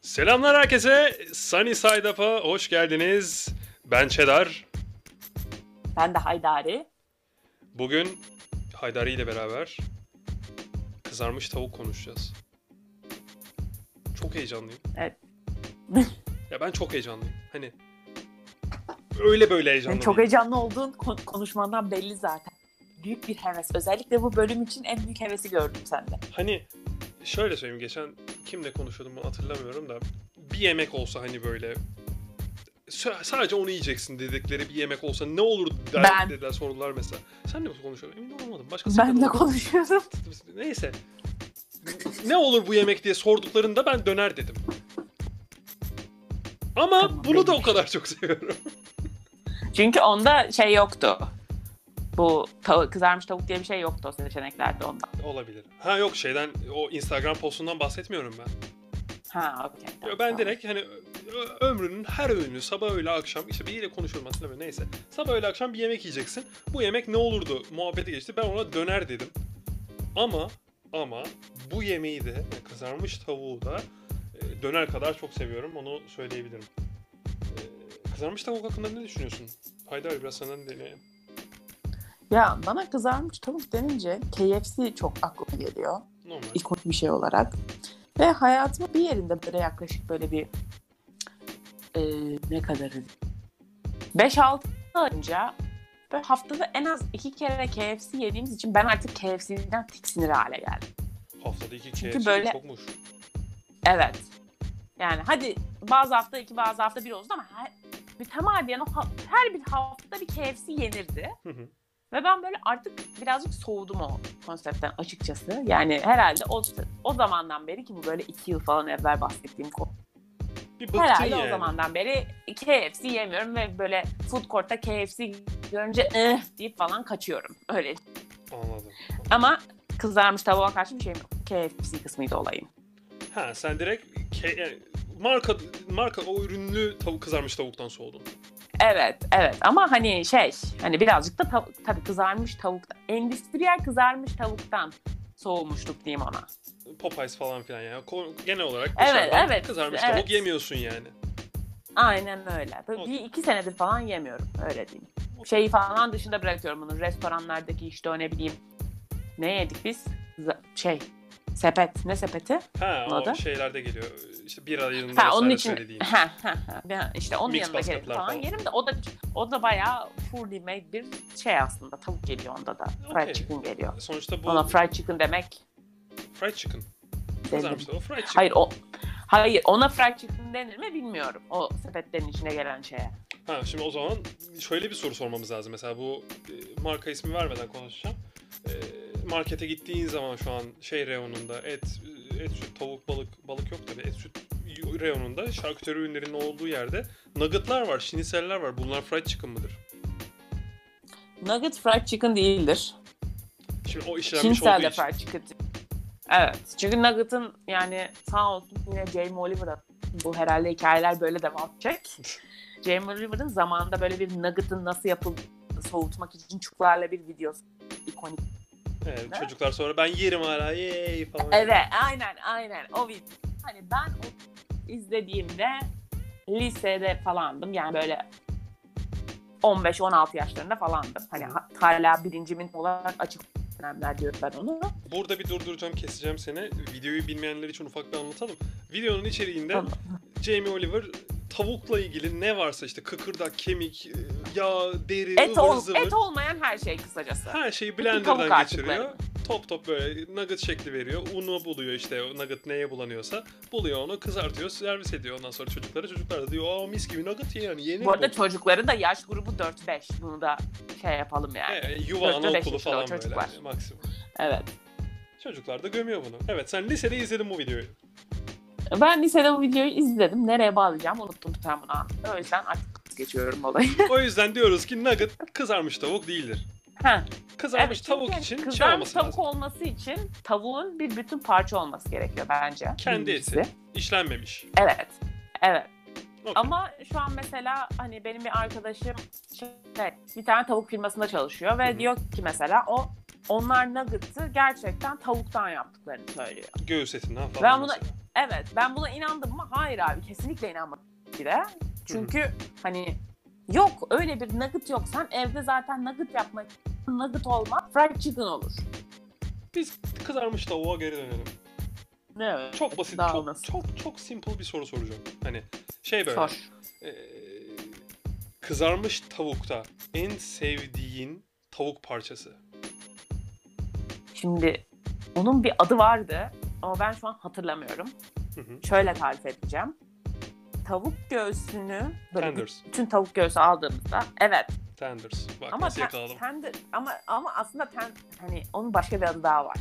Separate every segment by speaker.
Speaker 1: Selamlar herkese. Sunny Side Up'a hoş geldiniz. Ben Çedar.
Speaker 2: Ben de Haydari.
Speaker 1: Bugün Haydari ile beraber kızarmış tavuk konuşacağız. Çok heyecanlıyım.
Speaker 2: Evet.
Speaker 1: ya ben çok heyecanlıyım. Hani öyle böyle
Speaker 2: Senin
Speaker 1: heyecanlıyım.
Speaker 2: çok heyecanlı olduğun kon- konuşmandan belli zaten. Büyük bir heves. Özellikle bu bölüm için en büyük hevesi gördüm sende.
Speaker 1: Hani şöyle söyleyeyim geçen kimle konuşuyordum bunu hatırlamıyorum da bir yemek olsa hani böyle s- sadece onu yiyeceksin dedikleri bir yemek olsa ne olur der,
Speaker 2: Ben.
Speaker 1: dediler sorular mesela. Sen ne konuşuyordun? Emin olamadım. Başkası
Speaker 2: Ben de konuşuyordum.
Speaker 1: Neyse. ne olur bu yemek diye sorduklarında ben döner dedim. Ama
Speaker 2: Tamam,
Speaker 1: bunu da o
Speaker 2: benim.
Speaker 1: kadar çok seviyorum.
Speaker 2: Çünkü onda şey yoktu. Bu tavuk, kızarmış tavuk diye bir şey yoktu o seçeneklerde ondan.
Speaker 1: Olabilir. Ha yok şeyden o Instagram postundan bahsetmiyorum ben.
Speaker 2: Ha okey. tamam,
Speaker 1: Ya ben
Speaker 2: tamam.
Speaker 1: direkt hani ö- ömrünün her öğünü sabah öğle akşam işte biriyle konuşuyorum hatırlamıyorum neyse. Sabah öğle akşam bir yemek yiyeceksin. Bu yemek ne olurdu muhabbeti geçti. Ben ona döner dedim. Ama ama bu yemeği de yani kızarmış tavuğu da e, döner kadar çok seviyorum onu söyleyebilirim. E, Kızarmış tavuk hakkında ne düşünüyorsun? Haydar biraz senden dinleyelim.
Speaker 2: Ya bana kızarmış tavuk denince KFC çok aklıma geliyor.
Speaker 1: Normal.
Speaker 2: ikonik bir şey olarak. Ve hayatımın bir yerinde böyle yaklaşık böyle bir e, ne kadarı 5-6 yıl önce böyle haftada en az iki kere KFC yediğimiz için ben artık KFC'den tiksinir hale geldim.
Speaker 1: Haftada iki
Speaker 2: Çünkü
Speaker 1: KFC
Speaker 2: böyle-
Speaker 1: çokmuş.
Speaker 2: Evet. Yani hadi bazı hafta iki bazı hafta bir oldu ama her, mütemadiyen o ha- her bir hafta bir KFC yenirdi.
Speaker 1: Hı hı.
Speaker 2: Ve ben böyle artık birazcık soğudum o konseptten açıkçası. Yani herhalde o, o zamandan beri ki bu böyle iki yıl falan evvel bahsettiğim konu.
Speaker 1: Bir bıktın
Speaker 2: herhalde
Speaker 1: yani.
Speaker 2: o zamandan beri KFC yemiyorum ve böyle food court'ta KFC görünce eh deyip falan kaçıyorum. Öyle.
Speaker 1: Anladım.
Speaker 2: Ama kızarmış tavuğa karşı bir şeyim yok. KFC kısmıydı olayım.
Speaker 1: Ha sen direkt ke- yani marka marka o ürünlü tavuk kızarmış tavuktan soğudun.
Speaker 2: Evet, evet. Ama hani şey, hani birazcık da tav- tabii kızarmış tavuktan, endüstriyel kızarmış tavuktan soğumuştuk diyeyim ona.
Speaker 1: Popeyes falan filan ya. Ko- Genel olarak
Speaker 2: Evet,
Speaker 1: dışarıdan
Speaker 2: evet,
Speaker 1: kızarmış
Speaker 2: evet.
Speaker 1: tavuk yemiyorsun yani.
Speaker 2: Aynen öyle. Böyle bir iki senedir falan yemiyorum. Öyle diyeyim. Şeyi falan dışında bırakıyorum bunu. Restoranlardaki işte o ne bileyim. Ne yedik biz? Z- şey. Sepet. Ne sepeti?
Speaker 1: Ha o
Speaker 2: Anladım.
Speaker 1: şeylerde geliyor. İşte bir ayında
Speaker 2: Ha
Speaker 1: ha,
Speaker 2: onun için.
Speaker 1: söylediğin.
Speaker 2: Ha, ha, ha. Ben işte onun
Speaker 1: Mix
Speaker 2: yanında gelip
Speaker 1: basketler
Speaker 2: falan
Speaker 1: falan.
Speaker 2: yerim de o da o da bayağı fully made bir şey aslında. Tavuk geliyor onda da.
Speaker 1: Okey.
Speaker 2: Fried chicken geliyor.
Speaker 1: Sonuçta bu
Speaker 2: Ona fried chicken demek
Speaker 1: fried chicken.
Speaker 2: denir.
Speaker 1: Kızarmış tavuk fried chicken.
Speaker 2: Hayır o Hayır ona fried chicken denir mi bilmiyorum. O sepetlerin içine gelen şeye.
Speaker 1: Ha şimdi o zaman şöyle bir soru sormamız lazım. Mesela bu e, marka ismi vermeden konuşacağım. E, markete gittiğin zaman şu an şey reyonunda et, e, et süt, tavuk, balık, balık yok tabii. Et süt reyonunda şarküteri ürünlerinin olduğu yerde nuggetlar var, şiniseller var. Bunlar fried chicken mıdır?
Speaker 2: Nugget fried chicken değildir.
Speaker 1: Şimdi o işlenmiş
Speaker 2: Kimsel
Speaker 1: olduğu
Speaker 2: de
Speaker 1: için.
Speaker 2: fried chicken. Evet. Çünkü Nugget'ın yani sağ olsun yine Jamie Oliver'ın bu herhalde hikayeler böyle devam edecek. Jamie Oliver'ın zamanında böyle bir Nugget'ın nasıl yapıl soğutmak için çuklarla bir videosu ikonik.
Speaker 1: Evet, çocuklar sonra ben yerim hala yey falan.
Speaker 2: Evet, aynen aynen o video. Hani ben o izlediğimde lisede falandım. Yani böyle 15-16 yaşlarında falandım. Hani ha- hala bilincimin olarak açık dönemler diyorum ben onu.
Speaker 1: Burada bir durduracağım, keseceğim seni. Videoyu bilmeyenler için ufak bir anlatalım. Videonun içeriğinde
Speaker 2: Tamam.
Speaker 1: Jamie Oliver tavukla ilgili ne varsa işte kıkırdak, kemik, e, yağ, deri,
Speaker 2: Et,
Speaker 1: ıvır
Speaker 2: ol,
Speaker 1: zıvır
Speaker 2: et olmayan her şey kısacası.
Speaker 1: her şeyi
Speaker 2: Bütün tavuk
Speaker 1: blenderdan geçiriyor.
Speaker 2: artıkları.
Speaker 1: Top top böyle nugget şekli veriyor. Unu buluyor işte o nugget neye bulanıyorsa. Buluyor onu kızartıyor, servis ediyor ondan sonra çocuklara. Çocuklar da diyor aa mis gibi nugget ye yani yeni
Speaker 2: Bu arada çocukları da yaş grubu 4-5. Bunu da şey yapalım yani. Evet.
Speaker 1: yuva
Speaker 2: dörtte beş
Speaker 1: anaokulu
Speaker 2: yaşında o
Speaker 1: falan böyle
Speaker 2: çocuk var.
Speaker 1: maksimum. Çocuklar da gömüyor bunu. Evet sen lisede izledin bu videoyu.
Speaker 2: Ben lisede bu videoyu izledim. Nereye bağlayacağım unuttum tam bunu. O yüzden artık geçiyorum olayı.
Speaker 1: O yüzden diyoruz ki nugget kızarmış tavuk değildir.
Speaker 2: Ha,
Speaker 1: Kızarmış
Speaker 2: çünkü
Speaker 1: tavuk için şey
Speaker 2: kızarmış
Speaker 1: olması
Speaker 2: tavuk
Speaker 1: lazım.
Speaker 2: olması için tavuğun bir bütün parça olması gerekiyor bence.
Speaker 1: Kendi
Speaker 2: Birincisi.
Speaker 1: eti. İşlenmemiş.
Speaker 2: Evet. Evet.
Speaker 1: Okey.
Speaker 2: Ama şu an mesela hani benim bir arkadaşım şey, bir tane tavuk firmasında çalışıyor ve
Speaker 1: Hı hı.
Speaker 2: diyor ki mesela o onlar nugget'ı gerçekten tavuktan yaptıklarını söylüyor.
Speaker 1: Göğüs etinden falan.
Speaker 2: Ben buna-
Speaker 1: mesela.
Speaker 2: Evet ben buna inandım mı? Hayır abi kesinlikle inanmadım bir de. Çünkü hani yok öyle bir nugget yok. Sen evde zaten nugget yapmak nugget olmaz. Fried chicken olur.
Speaker 1: Biz kızarmış tavuğa geri dönelim.
Speaker 2: Evet.
Speaker 1: Çok basit,
Speaker 2: Daha
Speaker 1: çok,
Speaker 2: nasıl?
Speaker 1: çok çok simple bir soru soracağım. Hani şey böyle.
Speaker 2: Sor.
Speaker 1: eee, kızarmış tavukta en sevdiğin tavuk parçası.
Speaker 2: Şimdi onun bir adı vardı ama ben şu an hatırlamıyorum.
Speaker 1: Hı hı.
Speaker 2: Şöyle tarif edeceğim. Tavuk göğsünü böyle
Speaker 1: Tenders.
Speaker 2: bütün tavuk göğsü aldığımızda evet
Speaker 1: Tenders. Bak
Speaker 2: ama
Speaker 1: nasıl
Speaker 2: ten,
Speaker 1: yakaladım.
Speaker 2: tender- ama ama aslında ten, hani onun başka bir adı daha var.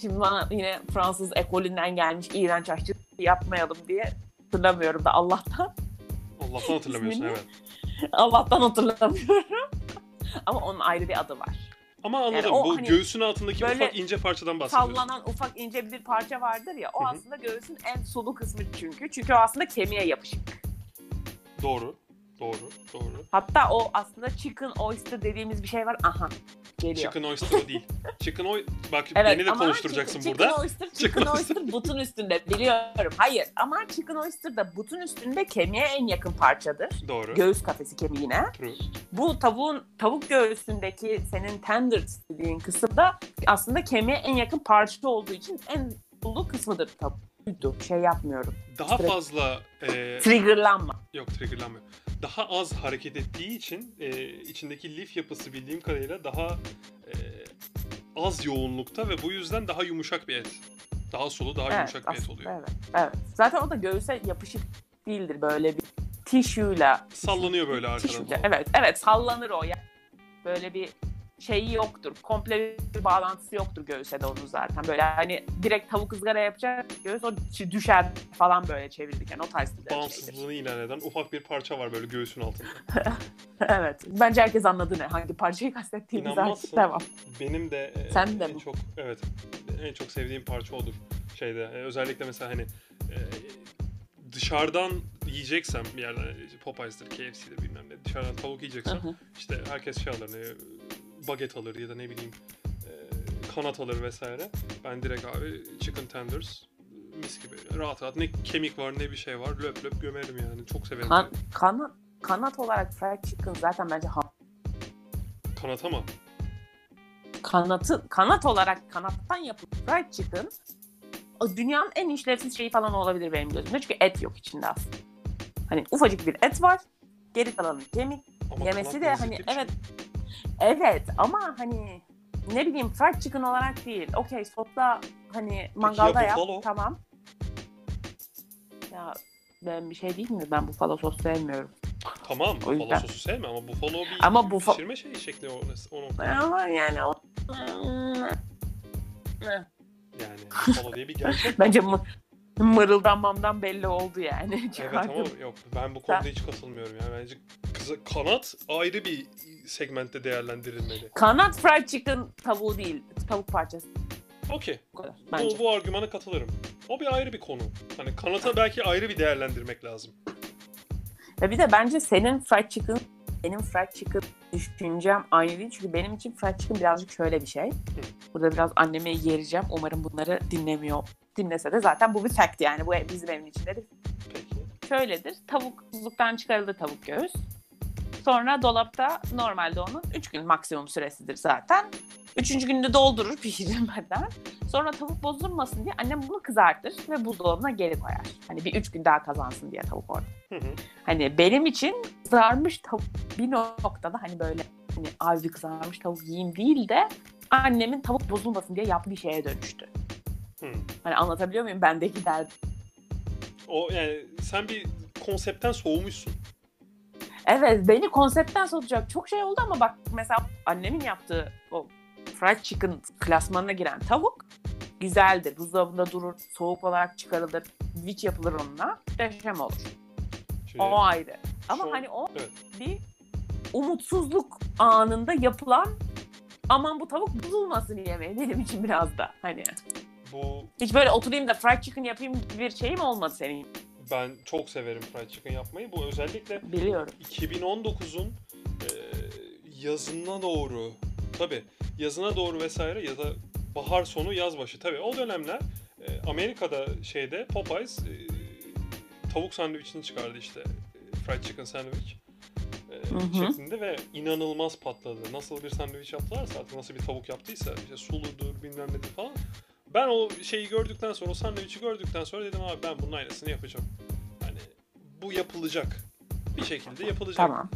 Speaker 2: Şimdi bana yine Fransız ekolünden gelmiş iğrenç aşçı yapmayalım diye hatırlamıyorum da Allah'tan
Speaker 1: Allah'tan hatırlamıyorsun
Speaker 2: İsmini-
Speaker 1: evet.
Speaker 2: Allah'tan hatırlamıyorum. ama onun ayrı bir adı var.
Speaker 1: Ama anladım.
Speaker 2: o
Speaker 1: bu
Speaker 2: hani
Speaker 1: göğsün altındaki
Speaker 2: böyle
Speaker 1: ufak ince parçadan bahsediyorsun.
Speaker 2: Sallanan ufak ince bir parça vardır ya o
Speaker 1: Hı hı.
Speaker 2: aslında göğsün en sulu kısmı çünkü. Çünkü o aslında kemiğe yapışık.
Speaker 1: Doğru. Doğru. Doğru.
Speaker 2: Hatta o aslında chicken oyster dediğimiz bir şey var. Aha geliyor.
Speaker 1: Chicken oyster o değil. Chicken oy... Bak beni de
Speaker 2: ama
Speaker 1: konuşturacaksın
Speaker 2: chicken-
Speaker 1: burada.
Speaker 2: Chicken oyster,
Speaker 1: Chicken
Speaker 2: chicken oyster butun üstünde biliyorum. Hayır ama chicken oyster da butun üstünde kemiğe en yakın parçadır.
Speaker 1: Doğru.
Speaker 2: Göğüs kafesi kemiğine.
Speaker 1: True.
Speaker 2: Bu tavuğun tavuk göğsündeki senin tender dediğin kısım da aslında kemiğe en yakın parça olduğu için en dolu kısmıdır tavuğuydu. Şey yapmıyorum.
Speaker 1: Daha
Speaker 2: Trigger-
Speaker 1: fazla e,
Speaker 2: Triggerlanma.
Speaker 1: yok triggerlanmıyor. Daha az hareket ettiği için e, içindeki lif yapısı bildiğim kadarıyla daha e, az yoğunlukta ve bu yüzden daha yumuşak bir et. Daha sulu, daha yumuşak bir et
Speaker 2: aslında
Speaker 1: oluyor.
Speaker 2: Evet, evet. Zaten o da göğüse yapışık değildir böyle bir tişüyle.
Speaker 1: Sallanıyor böyle arkadan
Speaker 2: Tişüyle.
Speaker 1: falan.
Speaker 2: Evet, evet sallanır o ya. Böyle bir şeyi yoktur. Komple bir bağlantısı yoktur göğüse de onun zaten. Böyle hani direkt tavuk ızgara yapacak göğüs o çi- düşer falan böyle çevirirken o tarz bir şeydir.
Speaker 1: Bağımsızlığını ilan eden ufak bir parça var böyle göğsün altında.
Speaker 2: evet. Bence herkes anladı ne hangi parçayı kastettiğimizi artık
Speaker 1: İnanmazsın.
Speaker 2: devam.
Speaker 1: Benim de e,
Speaker 2: Sen de
Speaker 1: en
Speaker 2: mi?
Speaker 1: çok evet en çok sevdiğim parça odur. Şeyde e, özellikle mesela hani e, dışarıdan yiyeceksem bir yerden e, Popeyes'tir, KFC'dir bilmem ne dışarıdan tavuk
Speaker 2: Hı
Speaker 1: yiyeceksem
Speaker 2: hı.
Speaker 1: işte herkes şey alır ne baget alır ya da ne bileyim e, kanat alır vesaire. Ben direkt abi chicken tenders mis gibi rahat rahat ne kemik var ne bir şey var löp löp gömerim yani çok severim.
Speaker 2: kan, kanat, kanat olarak fried chicken zaten bence ham-
Speaker 1: Kanat ama
Speaker 2: kanatı kanat olarak kanattan yapıp fried chicken o dünyanın en işlevsiz şeyi falan olabilir benim gözümde. Çünkü et yok içinde aslında. Hani ufacık bir et var. Geri kalanı kemik.
Speaker 1: ama
Speaker 2: Yemesi
Speaker 1: kanat
Speaker 2: de
Speaker 1: lezzetli
Speaker 2: hani
Speaker 1: bir şey.
Speaker 2: evet. Evet ama hani ne bileyim fried chicken olarak değil. Okey sosla hani mangalda yap.
Speaker 1: buffalo?
Speaker 2: Tamam. Ya ben bir şey değil mi? Ben bufalo sos sevmiyorum.
Speaker 1: Tamam
Speaker 2: O
Speaker 1: buffalo
Speaker 2: yüzden.
Speaker 1: sosu sevme ama buffalo bir
Speaker 2: Ama bufa-
Speaker 1: pişirme şeyi şekli o, o noktada.
Speaker 2: Ama yani o...
Speaker 1: Yani buffalo diye bir gerçek.
Speaker 2: Bence mı- mırıldanmamdan belli oldu yani.
Speaker 1: Evet
Speaker 2: Çıkardım.
Speaker 1: ama yok ben bu konuda hiç katılmıyorum yani bence kıza- kanat ayrı bir segmentte değerlendirilmeli.
Speaker 2: Kanat fried chicken tavuğu değil. Tavuk parçası
Speaker 1: Okey
Speaker 2: bu kadar bence.
Speaker 1: bu, bu argümana katılırım. O bir ayrı bir konu. Hani kanata belki ayrı bir değerlendirmek lazım.
Speaker 2: Ve bir de bence senin fried chicken benim fried chicken düşüncem aynı değil. Çünkü benim için fried chicken birazcık şöyle bir şey. Burada biraz anneme yereceğim. Umarım bunları dinlemiyor. Dinlese de zaten bu bir fact yani. Bu bizim evin içindedir.
Speaker 1: Peki.
Speaker 2: Şöyledir. Tavuk buzluktan çıkarıldı tavuk göğüs. Sonra dolapta normalde onun 3 gün maksimum süresidir zaten. Üçüncü günde doldurur pişirilmeden. Sonra tavuk bozulmasın diye annem bunu kızartır ve buzdolabına geri koyar. Hani bir üç gün daha kazansın diye tavuk orada.
Speaker 1: Hı hı.
Speaker 2: Hani benim için kızarmış tavuk bir noktada hani böyle hani abi bir kızarmış tavuk yiyeyim değil de annemin tavuk bozulmasın diye yaptığı şeye dönüştü.
Speaker 1: Hı.
Speaker 2: Hani anlatabiliyor muyum? Bendeki derdi.
Speaker 1: O yani sen bir konseptten soğumuşsun.
Speaker 2: Evet beni konseptten soğutacak çok şey oldu ama bak mesela annemin yaptığı o fried chicken klasmanına giren tavuk güzeldir. Buzdolabında durur, soğuk olarak çıkarılır, viç yapılır onunla. Muhteşem olur.
Speaker 1: Şimdi,
Speaker 2: O ayrı. Ama
Speaker 1: Şu-
Speaker 2: hani o
Speaker 1: evet.
Speaker 2: bir umutsuzluk anında yapılan aman bu tavuk bozulmasın yemeği benim için biraz da hani.
Speaker 1: bu
Speaker 2: Hiç böyle oturayım da fried chicken yapayım gibi bir şeyim olmadı senin.
Speaker 1: ben çok severim fried chicken yapmayı. Bu özellikle
Speaker 2: Biliyorum.
Speaker 1: 2019'un e, yazına doğru tabi yazına doğru vesaire ya da bahar sonu yaz başı tabi o dönemler e, Amerika'da şeyde Popeyes e, tavuk sandviçini çıkardı işte. E, Fried chicken sandwich. e,
Speaker 2: Hı hı.
Speaker 1: şeklinde ve inanılmaz patladı. Nasıl bir sandviç yaptılarsa artık nasıl bir tavuk yaptıysa işte suludur bilmem nedir falan. Ben o şeyi gördükten sonra o sandviçi gördükten sonra dedim abi ben bunun aynısını yapacağım. Yani Hani bu yapılacak. Bir şekilde yapılacak.
Speaker 2: Tamam.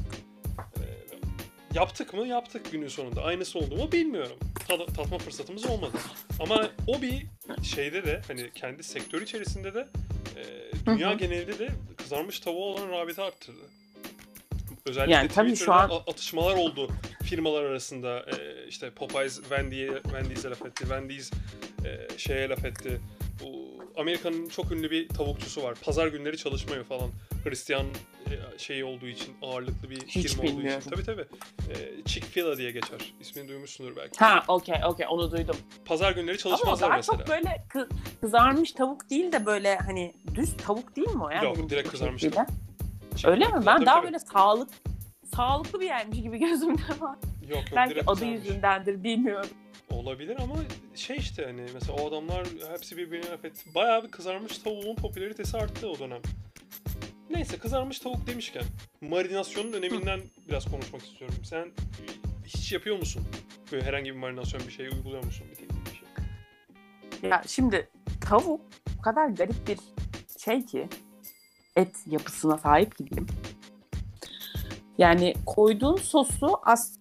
Speaker 1: Ee, yaptık mı? Yaptık günün sonunda. Aynısı oldu mu bilmiyorum. Tad- tatma fırsatımız olmadı. Ama o bir şeyde de hani kendi sektör içerisinde de e, dünya
Speaker 2: Hı hı.
Speaker 1: genelinde de kızarmış tavuğa olan rağbeti arttırdı. Özellikle
Speaker 2: Yani tabii şu
Speaker 1: Twitter'da
Speaker 2: an-
Speaker 1: a- atışmalar oldu firmalar arasında. E, işte Popeyes Wendy'ye, Wendy's'e laf etti. Wendy's e, şeye laf etti. Bu Amerika'nın çok ünlü bir tavukçusu var. Pazar günleri çalışmıyor falan. Hristiyan e, şeyi olduğu için ağırlıklı bir
Speaker 2: Hiç
Speaker 1: firma olduğu
Speaker 2: bilmiyorum.
Speaker 1: için. Tabii tabii. E, Chick-fil-A diye geçer. İsmini duymuşsundur belki.
Speaker 2: Ha okey okey onu duydum.
Speaker 1: Pazar günleri
Speaker 2: Ama o
Speaker 1: çalışmazlar
Speaker 2: daha
Speaker 1: mesela.
Speaker 2: çok böyle kı- kızarmış tavuk değil de böyle hani düz tavuk değil mi o ya?
Speaker 1: Yok,
Speaker 2: Benim
Speaker 1: direkt
Speaker 2: bu
Speaker 1: kızarmış
Speaker 2: şekilde.
Speaker 1: tavuk.
Speaker 2: Öyle mi? Ben
Speaker 1: Tabii,
Speaker 2: daha
Speaker 1: tabii.
Speaker 2: böyle sağlık sağlıklı bir yermiş gibi gözümde var.
Speaker 1: Yok yok
Speaker 2: Belki
Speaker 1: direkt
Speaker 2: adı
Speaker 1: kızarmış.
Speaker 2: yüzündendir bilmiyorum.
Speaker 1: Olabilir ama şey işte hani mesela o adamlar hepsi birbirine laf etti. Bayağı bir kızarmış tavuğun popülaritesi arttı o dönem. Neyse kızarmış tavuk demişken marinasyonun öneminden biraz konuşmak istiyorum. Sen hiç yapıyor musun? Böyle herhangi bir marinasyon bir şey uyguluyor musun? Bir teknik bir şey.
Speaker 2: Ya şimdi tavuk o kadar garip bir şey ki et yapısına sahip ki diyeyim. Yani koyduğun sosu as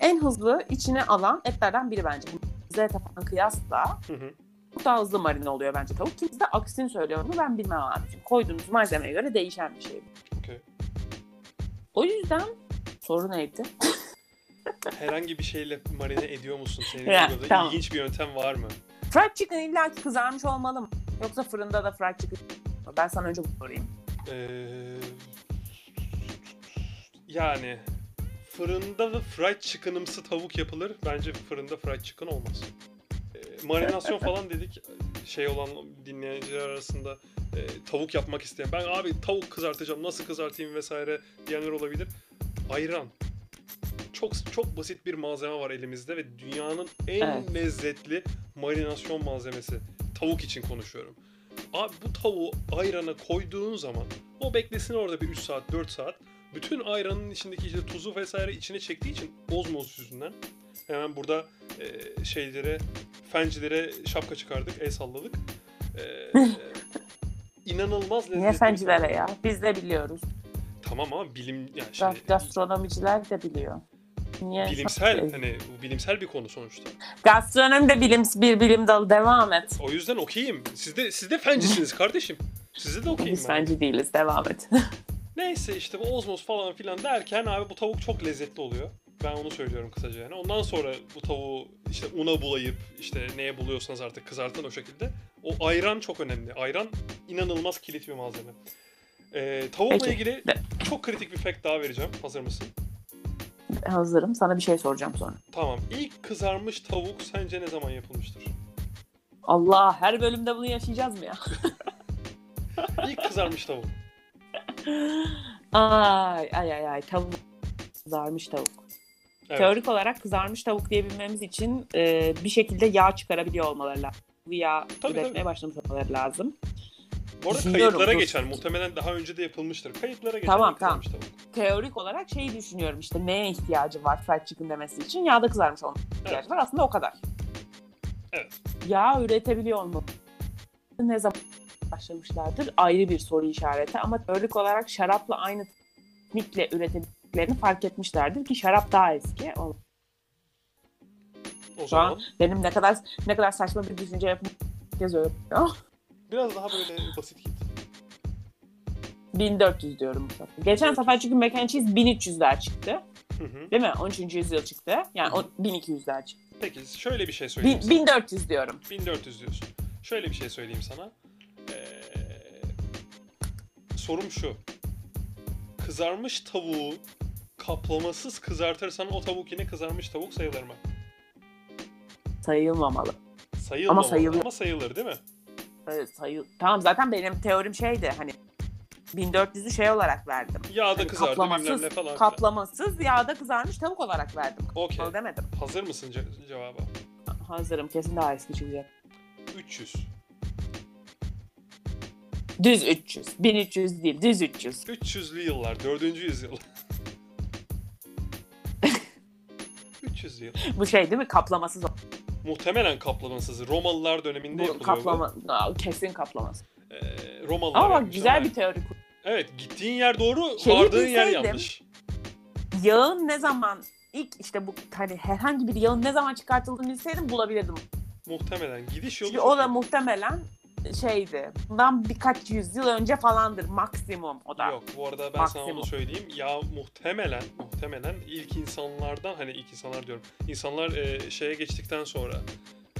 Speaker 2: en hızlı içine alan etlerden biri bence. Bize ete falan kıyasla
Speaker 1: Hı hı.
Speaker 2: çok daha hızlı marine oluyor bence tavuk. Kimse de aksini söylüyor mu ben bilmem abicim. Koyduğumuz malzemeye göre değişen bir şey. bu.
Speaker 1: Okey.
Speaker 2: O yüzden soru neydi?
Speaker 1: Herhangi bir şeyle marine ediyor musun? Senin
Speaker 2: Ya,
Speaker 1: uyguladığın
Speaker 2: tamam.
Speaker 1: ilginç bir yöntem var mı?
Speaker 2: Fried chicken illa ki kızarmış olmalı mı? Yoksa fırında da fried chicken ben sana önce bu sorayım.
Speaker 1: Ee, yani fırında da fried chicken'ımsı tavuk yapılır. Bence fırında fried chicken olmaz. Ee, marinasyon falan dedik şey olan dinleyiciler arasında e, tavuk yapmak isteyen ben abi tavuk kızartacağım nasıl kızartayım vesaire diyenler olabilir. Ayran. Çok çok basit bir malzeme var elimizde ve dünyanın en
Speaker 2: Evet.
Speaker 1: lezzetli marinasyon malzemesi. Tavuk için konuşuyorum. Abi bu tavuğu ayrana koyduğun zaman o beklesin orada bir 3 saat 4 saat. Bütün ayranın içindeki işte tuzu vesaire içine çektiği için ozmoz yüzünden hemen burada e, şeylere fencilere şapka çıkardık el salladık. E, inanılmaz lezzetli.
Speaker 2: Niye
Speaker 1: bir
Speaker 2: fencilere
Speaker 1: tadı.
Speaker 2: ya? Biz de biliyoruz.
Speaker 1: Tamam ama bilim yani
Speaker 2: Gas-
Speaker 1: şimdi
Speaker 2: gastronomiciler de biliyor. Niye?
Speaker 1: şey-
Speaker 2: şey-
Speaker 1: bilimsel hani bu bilimsel bir konu sonuçta.
Speaker 2: Gastronomi de bilim, bir bilim dalı. Devam et.
Speaker 1: O yüzden okeyim. Siz de siz de fencisiniz kardeşim. Size de okeyim
Speaker 2: Biz
Speaker 1: ben.
Speaker 2: bence değiliz. Devam et.
Speaker 1: Neyse işte bu ozmoz falan filan derken abi bu tavuk çok lezzetli oluyor. Ben onu söylüyorum kısaca yani. Ondan sonra bu tavuğu işte una bulayıp işte neye buluyorsanız artık kızartın o şekilde. O ayran çok önemli. Ayran inanılmaz kilit bir malzeme. Ee, tavukla
Speaker 2: Peki.
Speaker 1: ilgili
Speaker 2: De-
Speaker 1: çok kritik bir fact daha vereceğim. Hazır mısın?
Speaker 2: Hazırım. Sana bir şey soracağım sonra.
Speaker 1: Tamam. İlk kızarmış tavuk sence ne zaman yapılmıştır?
Speaker 2: Allah her bölümde bunu yaşayacağız mı ya?
Speaker 1: İlk kızarmış tavuk.
Speaker 2: Ay ay ay ay tavuk. Kızarmış tavuk.
Speaker 1: Evet.
Speaker 2: Teorik olarak kızarmış tavuk diyebilmemiz için e, bir şekilde yağ çıkarabiliyor olmaları lazım. Bu yağ
Speaker 1: Tabii,
Speaker 2: üretmeye
Speaker 1: tabii.
Speaker 2: başlamış olmaları lazım.
Speaker 1: Bu arada
Speaker 2: Düşünüyorum,
Speaker 1: kayıtlara
Speaker 2: dur.
Speaker 1: geçen. Muhtemelen daha önce de yapılmıştır. Kayıtlara geçen
Speaker 2: Tamam,
Speaker 1: ilk kızarmış tavuk.
Speaker 2: teorik olarak şeyi düşünüyorum işte neye ihtiyacı var fried chicken demesi için yağda kızarmış olmak ihtiyacı var aslında o kadar.
Speaker 1: Evet.
Speaker 2: Yağ üretebiliyor olmak ne zaman başlamışlardır ayrı bir soru işareti ama teorik olarak şarapla aynı teknikle üretebildiklerini fark etmişlerdir ki şarap daha eski. O-
Speaker 1: O
Speaker 2: Şu an-
Speaker 1: zaman
Speaker 2: Benim ne kadar ne kadar saçma bir düşünce yapımı ilk kez öğreniyor.
Speaker 1: biraz daha böyle basit git.
Speaker 2: 1400 diyorum bu sefer. Geçen sefer çünkü mac and cheese 1300'ler çıktı.
Speaker 1: Hı hı.
Speaker 2: Değil mi? 13. yüzyıl çıktı. Yani o 1200'ler çıktı.
Speaker 1: Peki şöyle bir şey söyleyeyim.
Speaker 2: Bin- 1400 diyorum.
Speaker 1: sana. 1400 diyorsun. Şöyle bir şey söyleyeyim sana. Ee, sorum şu. Kızarmış tavuğu kaplamasız kızartırsan o tavuk yine kızarmış tavuk sayılır mı?
Speaker 2: Sayılmamalı.
Speaker 1: Sayılmamalı ama sayılır,
Speaker 2: sayılıyor.
Speaker 1: ama sayılır değil mi?
Speaker 2: Böyle sayı... Tamam zaten benim teorim şeydi hani 1400'ü şey olarak verdim.
Speaker 1: Yağda
Speaker 2: Hani
Speaker 1: kızardı bilmem ne
Speaker 2: kaplamasız,
Speaker 1: falan. filan.
Speaker 2: kaplamasız yağda kızarmış tavuk olarak verdim.
Speaker 1: Okey.
Speaker 2: Öyle demedim.
Speaker 1: Hazır mısın ce- cevaba?
Speaker 2: Hazırım kesin daha eski çıkacak.
Speaker 1: 300.
Speaker 2: Düz 300. 1300 değil düz 300.
Speaker 1: 300'lü yıllar, 4. yüzyıl. 300 yıl.
Speaker 2: Bu şey değil mi? Kaplamasız.
Speaker 1: Muhtemelen kaplamasız. Romalılar döneminde
Speaker 2: Bu
Speaker 1: yapılıyor. bu.
Speaker 2: kaplama, Aa, kesin kaplaması.
Speaker 1: Ee, Romalılar
Speaker 2: Ama bak
Speaker 1: yapmışlar,
Speaker 2: güzel
Speaker 1: aynen.
Speaker 2: bir teori.
Speaker 1: Evet gittiğin yer doğru,
Speaker 2: Şeyi
Speaker 1: vardığın yer
Speaker 2: bilseydim.
Speaker 1: yanlış.
Speaker 2: Yağın ne zaman ilk işte bu hani herhangi bir yağın ne zaman çıkartıldığını bilseydim bulabilirdim.
Speaker 1: Muhtemelen gidiş yolu
Speaker 2: Çünkü
Speaker 1: çok
Speaker 2: o da
Speaker 1: yakın.
Speaker 2: muhtemelen şeydi. Bundan birkaç yüzyıl önce falandır maksimum o da.
Speaker 1: Yok bu arada ben sana onu
Speaker 2: Maksimum.
Speaker 1: söyleyeyim. Ya muhtemelen muhtemelen ilk insanlardan hani ilk insanlar diyorum. İnsanlar e, şeye geçtikten sonra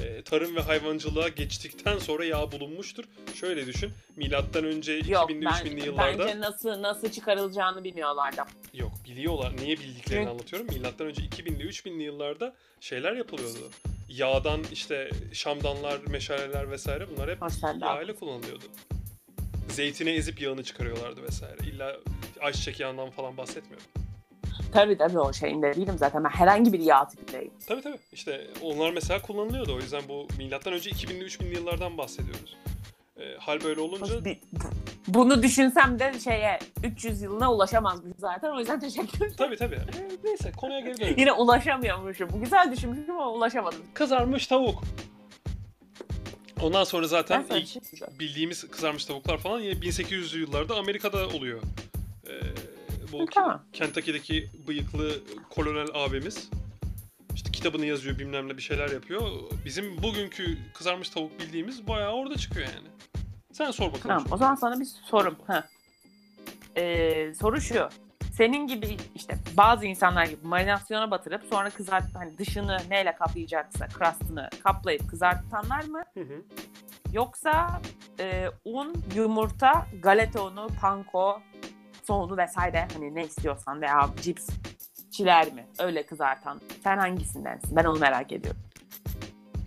Speaker 1: e, tarım ve hayvancılığa geçtikten sonra yağ bulunmuştur. Şöyle düşün. Milattan önce
Speaker 2: Yok
Speaker 1: 2000'li
Speaker 2: ben,
Speaker 1: 3000'li yıllarda
Speaker 2: bence nasıl nasıl çıkarılacağını bilmiyorlardı.
Speaker 1: yok biliyorlar. Niye bildiklerini
Speaker 2: Çünkü-
Speaker 1: anlatıyorum. Milattan önce 2000'li 3000'li yıllarda şeyler yapılıyordu. Yağdan işte şamdanlar, meşaleler vesaire bunlar hep
Speaker 2: Maşallah.
Speaker 1: yağ ile kullanılıyordu. Zeytine ezip yağını çıkarıyorlardı vesaire. İlla ayçiçek yağından falan bahsetmiyorum.
Speaker 2: Tabii tabii o şeyinde değilim zaten. Ben herhangi bir yağ tipindeyim.
Speaker 1: Tabii tabii. İşte onlar mesela kullanılıyordu. O yüzden bu milattan önce 2000'li 3000'li yıllardan bahsediyoruz. Ee, hal böyle olunca
Speaker 2: Bir- Bunu düşünsem de şeye 300 yılına ulaşamazmışım zaten. O yüzden teşekkür ederim.
Speaker 1: tabii tabii. Ee, Neyse konuya geri dönelim.
Speaker 2: Yine ulaşamıyormuşum. Güzel düşünmüşüm ama ulaşamadım.
Speaker 1: Kızarmış tavuk. Ondan sonra zaten
Speaker 2: Ben sana bir
Speaker 1: ilk
Speaker 2: şey soracağım.
Speaker 1: bildiğimiz kızarmış tavuklar falan yine 1800'lü yıllarda Amerika'da oluyor. Ee, bu
Speaker 2: Hı, tamam.
Speaker 1: Kentucky'deki bıyıklı kolonel abimiz işte kitabını yazıyor bilmem ne bir şeyler yapıyor. Bizim bugünkü kızarmış tavuk bildiğimiz bayağı orada çıkıyor yani. Sen sor bakalım.
Speaker 2: Tamam
Speaker 1: şimdi.
Speaker 2: o zaman sana bir sorum. Ha. Ee, soru şu. Senin gibi işte bazı insanlar gibi marinasyona batırıp sonra kızart hani dışını neyle kaplayacaksa crust'ını kaplayıp kızartanlar mı?
Speaker 1: Hı hı.
Speaker 2: Yoksa e, un, yumurta, galeta unu, panko, soğunu vesaire hani ne istiyorsan veya cips çiler mi? Öyle kızartan. Sen hangisindensin? Ben onu merak ediyorum.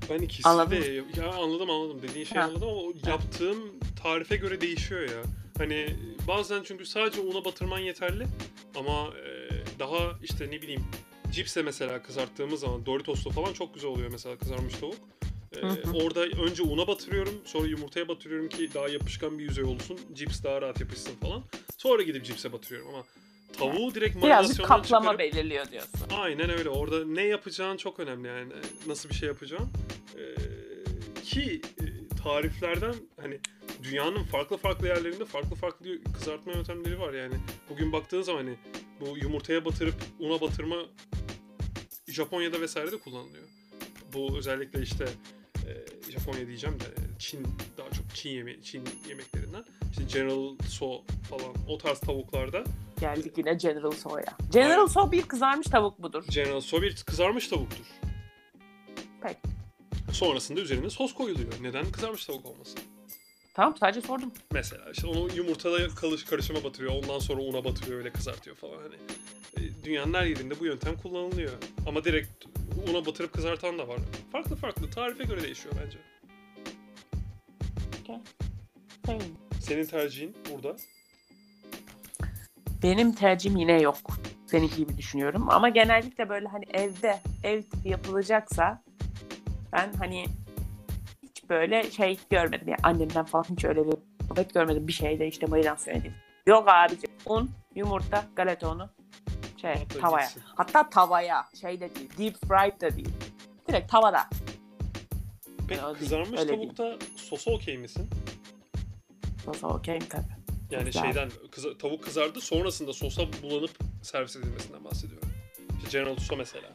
Speaker 1: Ben ikisi
Speaker 2: Anladın
Speaker 1: de ya anladım anladım dediğin şeyi
Speaker 2: Ha.
Speaker 1: anladım ama o yaptığım tarife göre değişiyor ya. Hani bazen çünkü sadece una batırman yeterli ama e, daha işte ne bileyim cipse mesela kızarttığımız zaman Doritos'la falan çok güzel oluyor mesela kızarmış tavuk. E,
Speaker 2: Hı hı.
Speaker 1: orada önce una batırıyorum sonra yumurtaya batırıyorum ki daha yapışkan bir yüzey olsun. Cips daha rahat yapışsın falan. Sonra gidip cipse batırıyorum ama tavuğu direkt
Speaker 2: Birazcık
Speaker 1: marinasyondan
Speaker 2: kaplama
Speaker 1: çıkarıp
Speaker 2: belirliyor diyorsun.
Speaker 1: Aynen öyle. Orada ne yapacağın çok önemli yani. Nasıl bir şey yapacağın. Ee, ki e, tariflerden hani dünyanın farklı farklı yerlerinde farklı farklı kızartma yöntemleri var yani. Bugün baktığın zaman hani bu yumurtaya batırıp una batırma Japonya'da vesaire de kullanılıyor. Bu özellikle işte e, Japonya diyeceğim de Çin daha çok Çin yeme Çin yemeklerinden işte General So falan o tarz tavuklarda
Speaker 2: Geldik yine General So'ya. General
Speaker 1: Aynen.
Speaker 2: So bir kızarmış tavuk mudur?
Speaker 1: General So bir kızarmış tavuktur.
Speaker 2: Peki.
Speaker 1: Sonrasında üzerine sos koyuluyor. Neden kızarmış tavuk olmasın?
Speaker 2: Tamam sadece sordum.
Speaker 1: Mesela işte onu yumurtada kalış karışıma batırıyor. Ondan sonra una batırıyor öyle kızartıyor falan hani. E, Dünyanın her yerinde bu yöntem kullanılıyor. Ama direkt una batırıp kızartan da var. Farklı farklı tarife göre değişiyor bence.
Speaker 2: Sevdim.
Speaker 1: Senin tercihin burada.
Speaker 2: Benim tercihim yine yok. Seninki gibi düşünüyorum. Ama genellikle böyle hani evde ev tipi yapılacaksa ben hani hiç böyle şey görmedim. Yani annemden falan hiç öyle bir muhabbet görmedim. Bir şeyde işte marinasyon edeyim. Yok abicim. Un, yumurta, galeta unu. Şey,
Speaker 1: Hatta
Speaker 2: tavaya.
Speaker 1: gitsin.
Speaker 2: Hatta tavaya. Şey de değil. Deep fried de değil. Direkt tavada.
Speaker 1: Peki
Speaker 2: Öyle değil,
Speaker 1: kızarmış
Speaker 2: öyle
Speaker 1: tavukta sosa okey misin?
Speaker 2: Sosa okeyim tabii.
Speaker 1: Yani
Speaker 2: Güzel.
Speaker 1: şeyden kıza- tavuk kızardı sonrasında sosa bulanıp servis edilmesinden bahsediyorum. İşte General Tso mesela.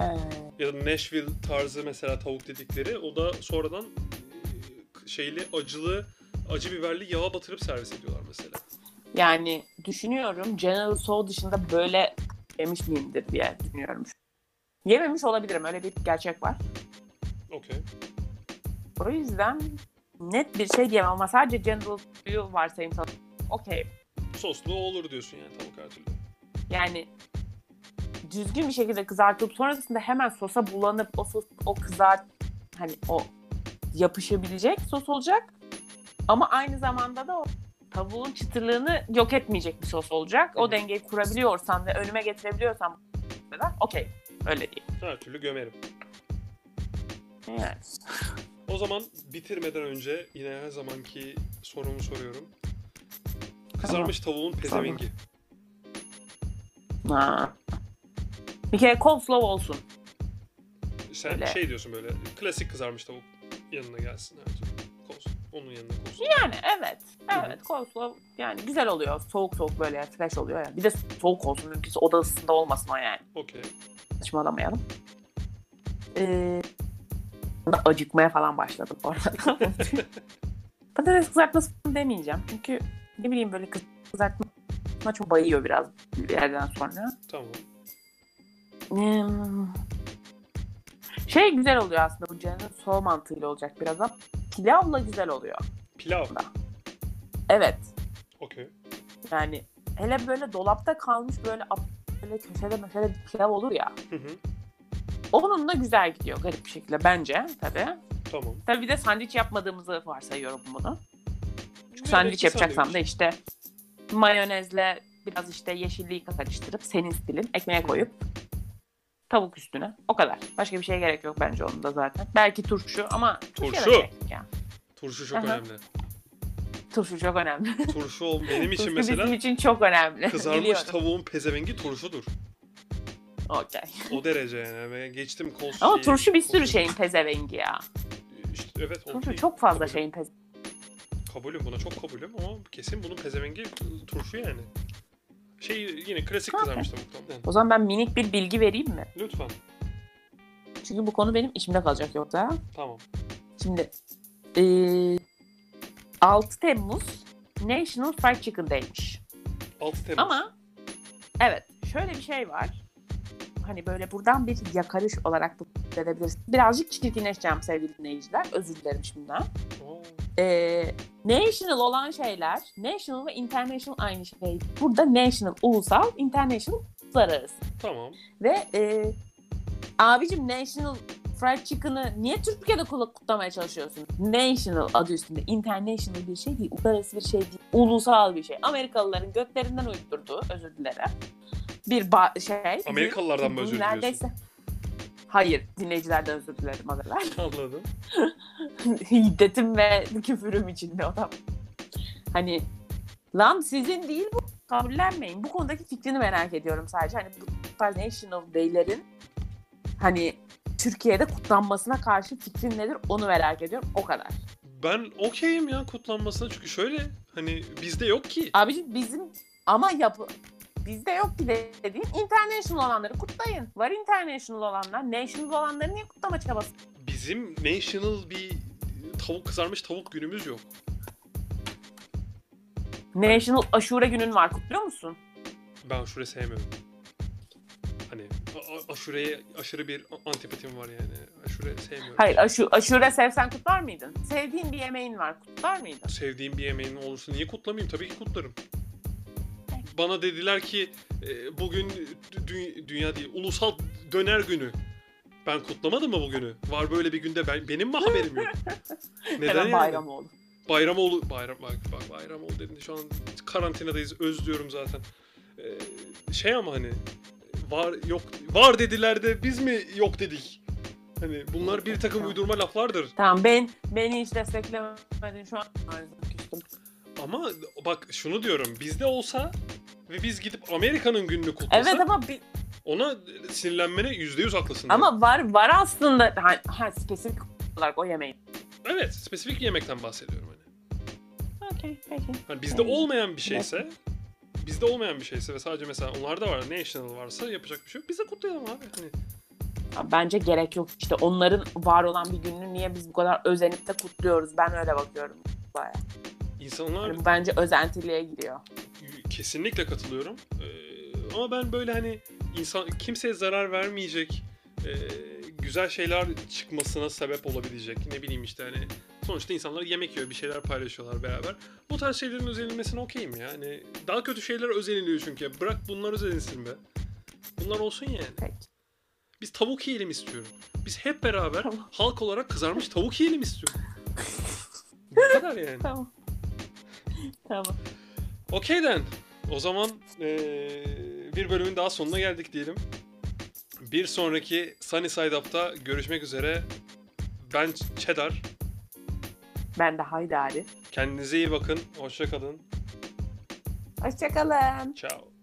Speaker 2: Ee,
Speaker 1: ya da Nashville tarzı mesela tavuk dedikleri o da sonradan e, şeyli acılı acı biberli yağa batırıp servis ediyorlar mesela.
Speaker 2: Yani düşünüyorum General Soul dışında böyle yemiş miyimdir diye düşünüyorum. Yememiş olabilirim. Öyle bir gerçek var.
Speaker 1: Okey.
Speaker 2: O yüzden net bir şey diyemem ama sadece General Soul'u varsayayım sana. Okey.
Speaker 1: Soslu olur diyorsun yani tavuk her türlü.
Speaker 2: Yani düzgün bir şekilde kızartılıp sonrasında hemen sosa bulanıp o sos o kızart hani o yapışabilecek sos olacak. Ama aynı zamanda da o tavuğun çıtırlığını yok etmeyecek bir sos olacak.
Speaker 1: Hı hı.
Speaker 2: O dengeyi kurabiliyorsan ve önüme getirebiliyorsan okey. Öyle değil.
Speaker 1: Her türlü gömerim.
Speaker 2: Yani.
Speaker 1: O zaman bitirmeden önce yine her zamanki sorumu soruyorum. Kızarmış tavuğun pezevengi.
Speaker 2: Ha. Bir kere coleslaw olsun.
Speaker 1: Sen
Speaker 2: Öyle.
Speaker 1: şey diyorsun böyle klasik kızarmış tavuk yanına gelsin. Evet. Olsun. Onun yanına olsun.
Speaker 2: Yani evet. Evet coleslaw yani güzel oluyor. Soğuk soğuk böyle fresh oluyor ya. Bir de soğuk olsun. Mümkünse oda ısısında olmasın o yani.
Speaker 1: Okey.
Speaker 2: Saçmalamayalım. Ee, ben acıkmaya falan başladım orada. Patates kızartması falan demeyeceğim. Çünkü ne bileyim böyle kız- kızartma çok bayıyor biraz bir yerden sonra.
Speaker 1: Tamam.
Speaker 2: Hmm. Şey güzel oluyor aslında bu canın soğuk mantığıyla olacak biraz ama pilavla güzel oluyor.
Speaker 1: Pilav.
Speaker 2: Evet.
Speaker 1: Okey.
Speaker 2: Yani hele böyle dolapta kalmış böyle ap- böyle köşede mesela bir pilav olur ya.
Speaker 1: Hı hı.
Speaker 2: Onunla güzel gidiyor garip bir şekilde bence tabii.
Speaker 1: Tamam.
Speaker 2: Tabii bir de sandviç yapmadığımızı varsayıyorum bunu. Çünkü
Speaker 1: Belki
Speaker 2: sandviç yapacaksam
Speaker 1: sandviç.
Speaker 2: da işte mayonezle biraz işte yeşilliği karıştırıp senin stilin ekmeğe koyup tavuk üstüne. O kadar. Başka bir şeye gerek yok bence onun da zaten. Belki turşu ama turşuya da
Speaker 1: Turşu.
Speaker 2: gerek yok ya.
Speaker 1: Turşu çok
Speaker 2: Aha.
Speaker 1: önemli.
Speaker 2: Turşu çok önemli.
Speaker 1: Turşu ol- benim için
Speaker 2: turşu
Speaker 1: şey mesela
Speaker 2: bizim için çok önemli.
Speaker 1: kızarmış
Speaker 2: Biliyorum.
Speaker 1: tavuğun pezevengi turşudur.
Speaker 2: Okey.
Speaker 1: O derece yani. Ve geçtim kol
Speaker 2: Ama
Speaker 1: şeyi-
Speaker 2: turşu bir sürü
Speaker 1: kol-
Speaker 2: şeyin pezevengi ya.
Speaker 1: İşte evet. o
Speaker 2: Turşu
Speaker 1: değil.
Speaker 2: çok fazla şey.
Speaker 1: Kabulüm.
Speaker 2: şeyin pezevengi.
Speaker 1: Kabulüm buna çok kabulüm ama kesin bunun pezevengi turşu yani. Şey yine klasik
Speaker 2: Zaten.
Speaker 1: kızarmış tavuktan. Yani.
Speaker 2: O zaman ben minik bir bilgi vereyim mi?
Speaker 1: Lütfen.
Speaker 2: Çünkü bu konu benim içimde kalacak yoksa.
Speaker 1: Tamam.
Speaker 2: Şimdi eee 6 Temmuz National Fried Chicken Day'miş.
Speaker 1: 6 Temmuz.
Speaker 2: Ama evet şöyle bir şey var. Hani böyle buradan bir yakarış olarak bu edebiliriz. Birazcık çirkinleşeceğim sevgili dinleyiciler. Özür dilerim şimdiden.
Speaker 1: Oo,
Speaker 2: Eee, national olan şeyler, national ve international aynı şey. Burada national ulusal, international uluslararası.
Speaker 1: tamam.
Speaker 2: Ve e, abicim National Fried Chicken'ı niye Türkiye'de kula- kutlamaya çalışıyorsun? National adı üstünde. International bir şey değil. Uluslararası bir şey değil. Ulusal bir şey. Amerikalıların götlerinden uydurduğu özür dilerim. Bir ba- şey.
Speaker 1: Amerikalılardan
Speaker 2: bir-
Speaker 1: mı özür diliyorsun?
Speaker 2: neredeyse- Hayır. Dinleyicilerden özür dilerim adalar.
Speaker 1: Anladım.
Speaker 2: Hiddetim ve küfürüm içinde adam. Hani lan sizin değil bu. Kabullenmeyin. Bu konudaki fikrini merak ediyorum sadece. Hani bu tarz national day'lerin hani Türkiye'de kutlanmasına karşı fikrin nedir onu merak ediyorum. O kadar.
Speaker 1: Ben okeyim ya kutlanmasına çünkü şöyle hani bizde yok ki.
Speaker 2: Abicim bizim ama yapı bizde yok ki de- dediğim international olanları kutlayın. Var international olanlar. National olanları niye kutlama çabası?
Speaker 1: Bizim national bir tavuk kızarmış tavuk günümüz yok.
Speaker 2: National aşure günün var. Kutluyor musun?
Speaker 1: Ben aşure sevmiyorum. Hani a- a- aşureye aşırı bir a- antipatim var yani. Aşure sevmiyorum.
Speaker 2: Hayır aşu, aşure sevsen kutlar mıydın? Sevdiğin bir yemeğin var. Kutlar mıydın?
Speaker 1: Sevdiğim bir yemeğin olursa niye kutlamayayım? Tabii ki kutlarım. Bana dediler ki e, bugün dü- dünya değil ulusal döner günü. Ben kutlamadım mı bugünü? Var böyle bir günde ben benim mi haberim yok? Neden
Speaker 2: Hemen
Speaker 1: yani?
Speaker 2: bayram oldu.
Speaker 1: Bayramoğlu bayram bak bak Bayramoğlu dedin şu an karantinadayız özlüyorum zaten. Ee, şey ama hani var yok var dediler de biz mi yok dedik? Hani bunlar bir takım
Speaker 2: Tamam.
Speaker 1: uydurma laflardır.
Speaker 2: Tamam ben beni hiç desteklemedin şu an. Ağzım küstüm.
Speaker 1: Ama bak şunu diyorum bizde olsa ve biz gidip Amerika'nın gününü kutlasak
Speaker 2: Evet ama bi-
Speaker 1: ona sinirlenmene yüzde yüz haklısın.
Speaker 2: ama var var aslında ha, ha spesifik olarak o yemeği.
Speaker 1: Evet spesifik bir yemekten bahsediyorum hani.
Speaker 2: Okey peki.
Speaker 1: Hani bizde
Speaker 2: Evet.
Speaker 1: olmayan bir şeyse bizde olmayan bir şeyse ve sadece mesela onlarda var national varsa yapacak bir şey yok. Biz de kutlayalım abi. Hani
Speaker 2: Ya Bence gerek yok işte onların var olan bir gününü niye biz bu kadar özenip de kutluyoruz ben öyle bakıyorum. Bayağı.
Speaker 1: insanlar
Speaker 2: Yani bu bence özentiliğe giriyor.
Speaker 1: Kesinlikle katılıyorum. Ee, ama ben böyle hani insan kimseye zarar vermeyecek e, güzel şeyler çıkmasına sebep olabilecek. Ne bileyim işte hani sonuçta insanlar yemek yiyor, bir şeyler paylaşıyorlar beraber. Bu tarz şeylerin özenilmesine okeyim ya. Hani daha kötü şeyler özeniliyor çünkü. Bırak bunlar özenilsin be. Bunlar olsun yani.
Speaker 2: Peki.
Speaker 1: Biz tavuk yiyelim istiyorum. Biz hep beraber
Speaker 2: Tamam.
Speaker 1: halk olarak kızarmış tavuk yiyelim istiyorum. Bu kadar yani.
Speaker 2: Tamam. tamam.
Speaker 1: Okey den. O zaman eee, bir bölümün daha sonuna geldik diyelim. Bir sonraki Sunny Side Up'ta görüşmek üzere. Ben Çedar.
Speaker 2: Ben de Haydari.
Speaker 1: Kendinize iyi bakın. Hoşça kalın.
Speaker 2: Hoşçakalın.
Speaker 1: Ciao.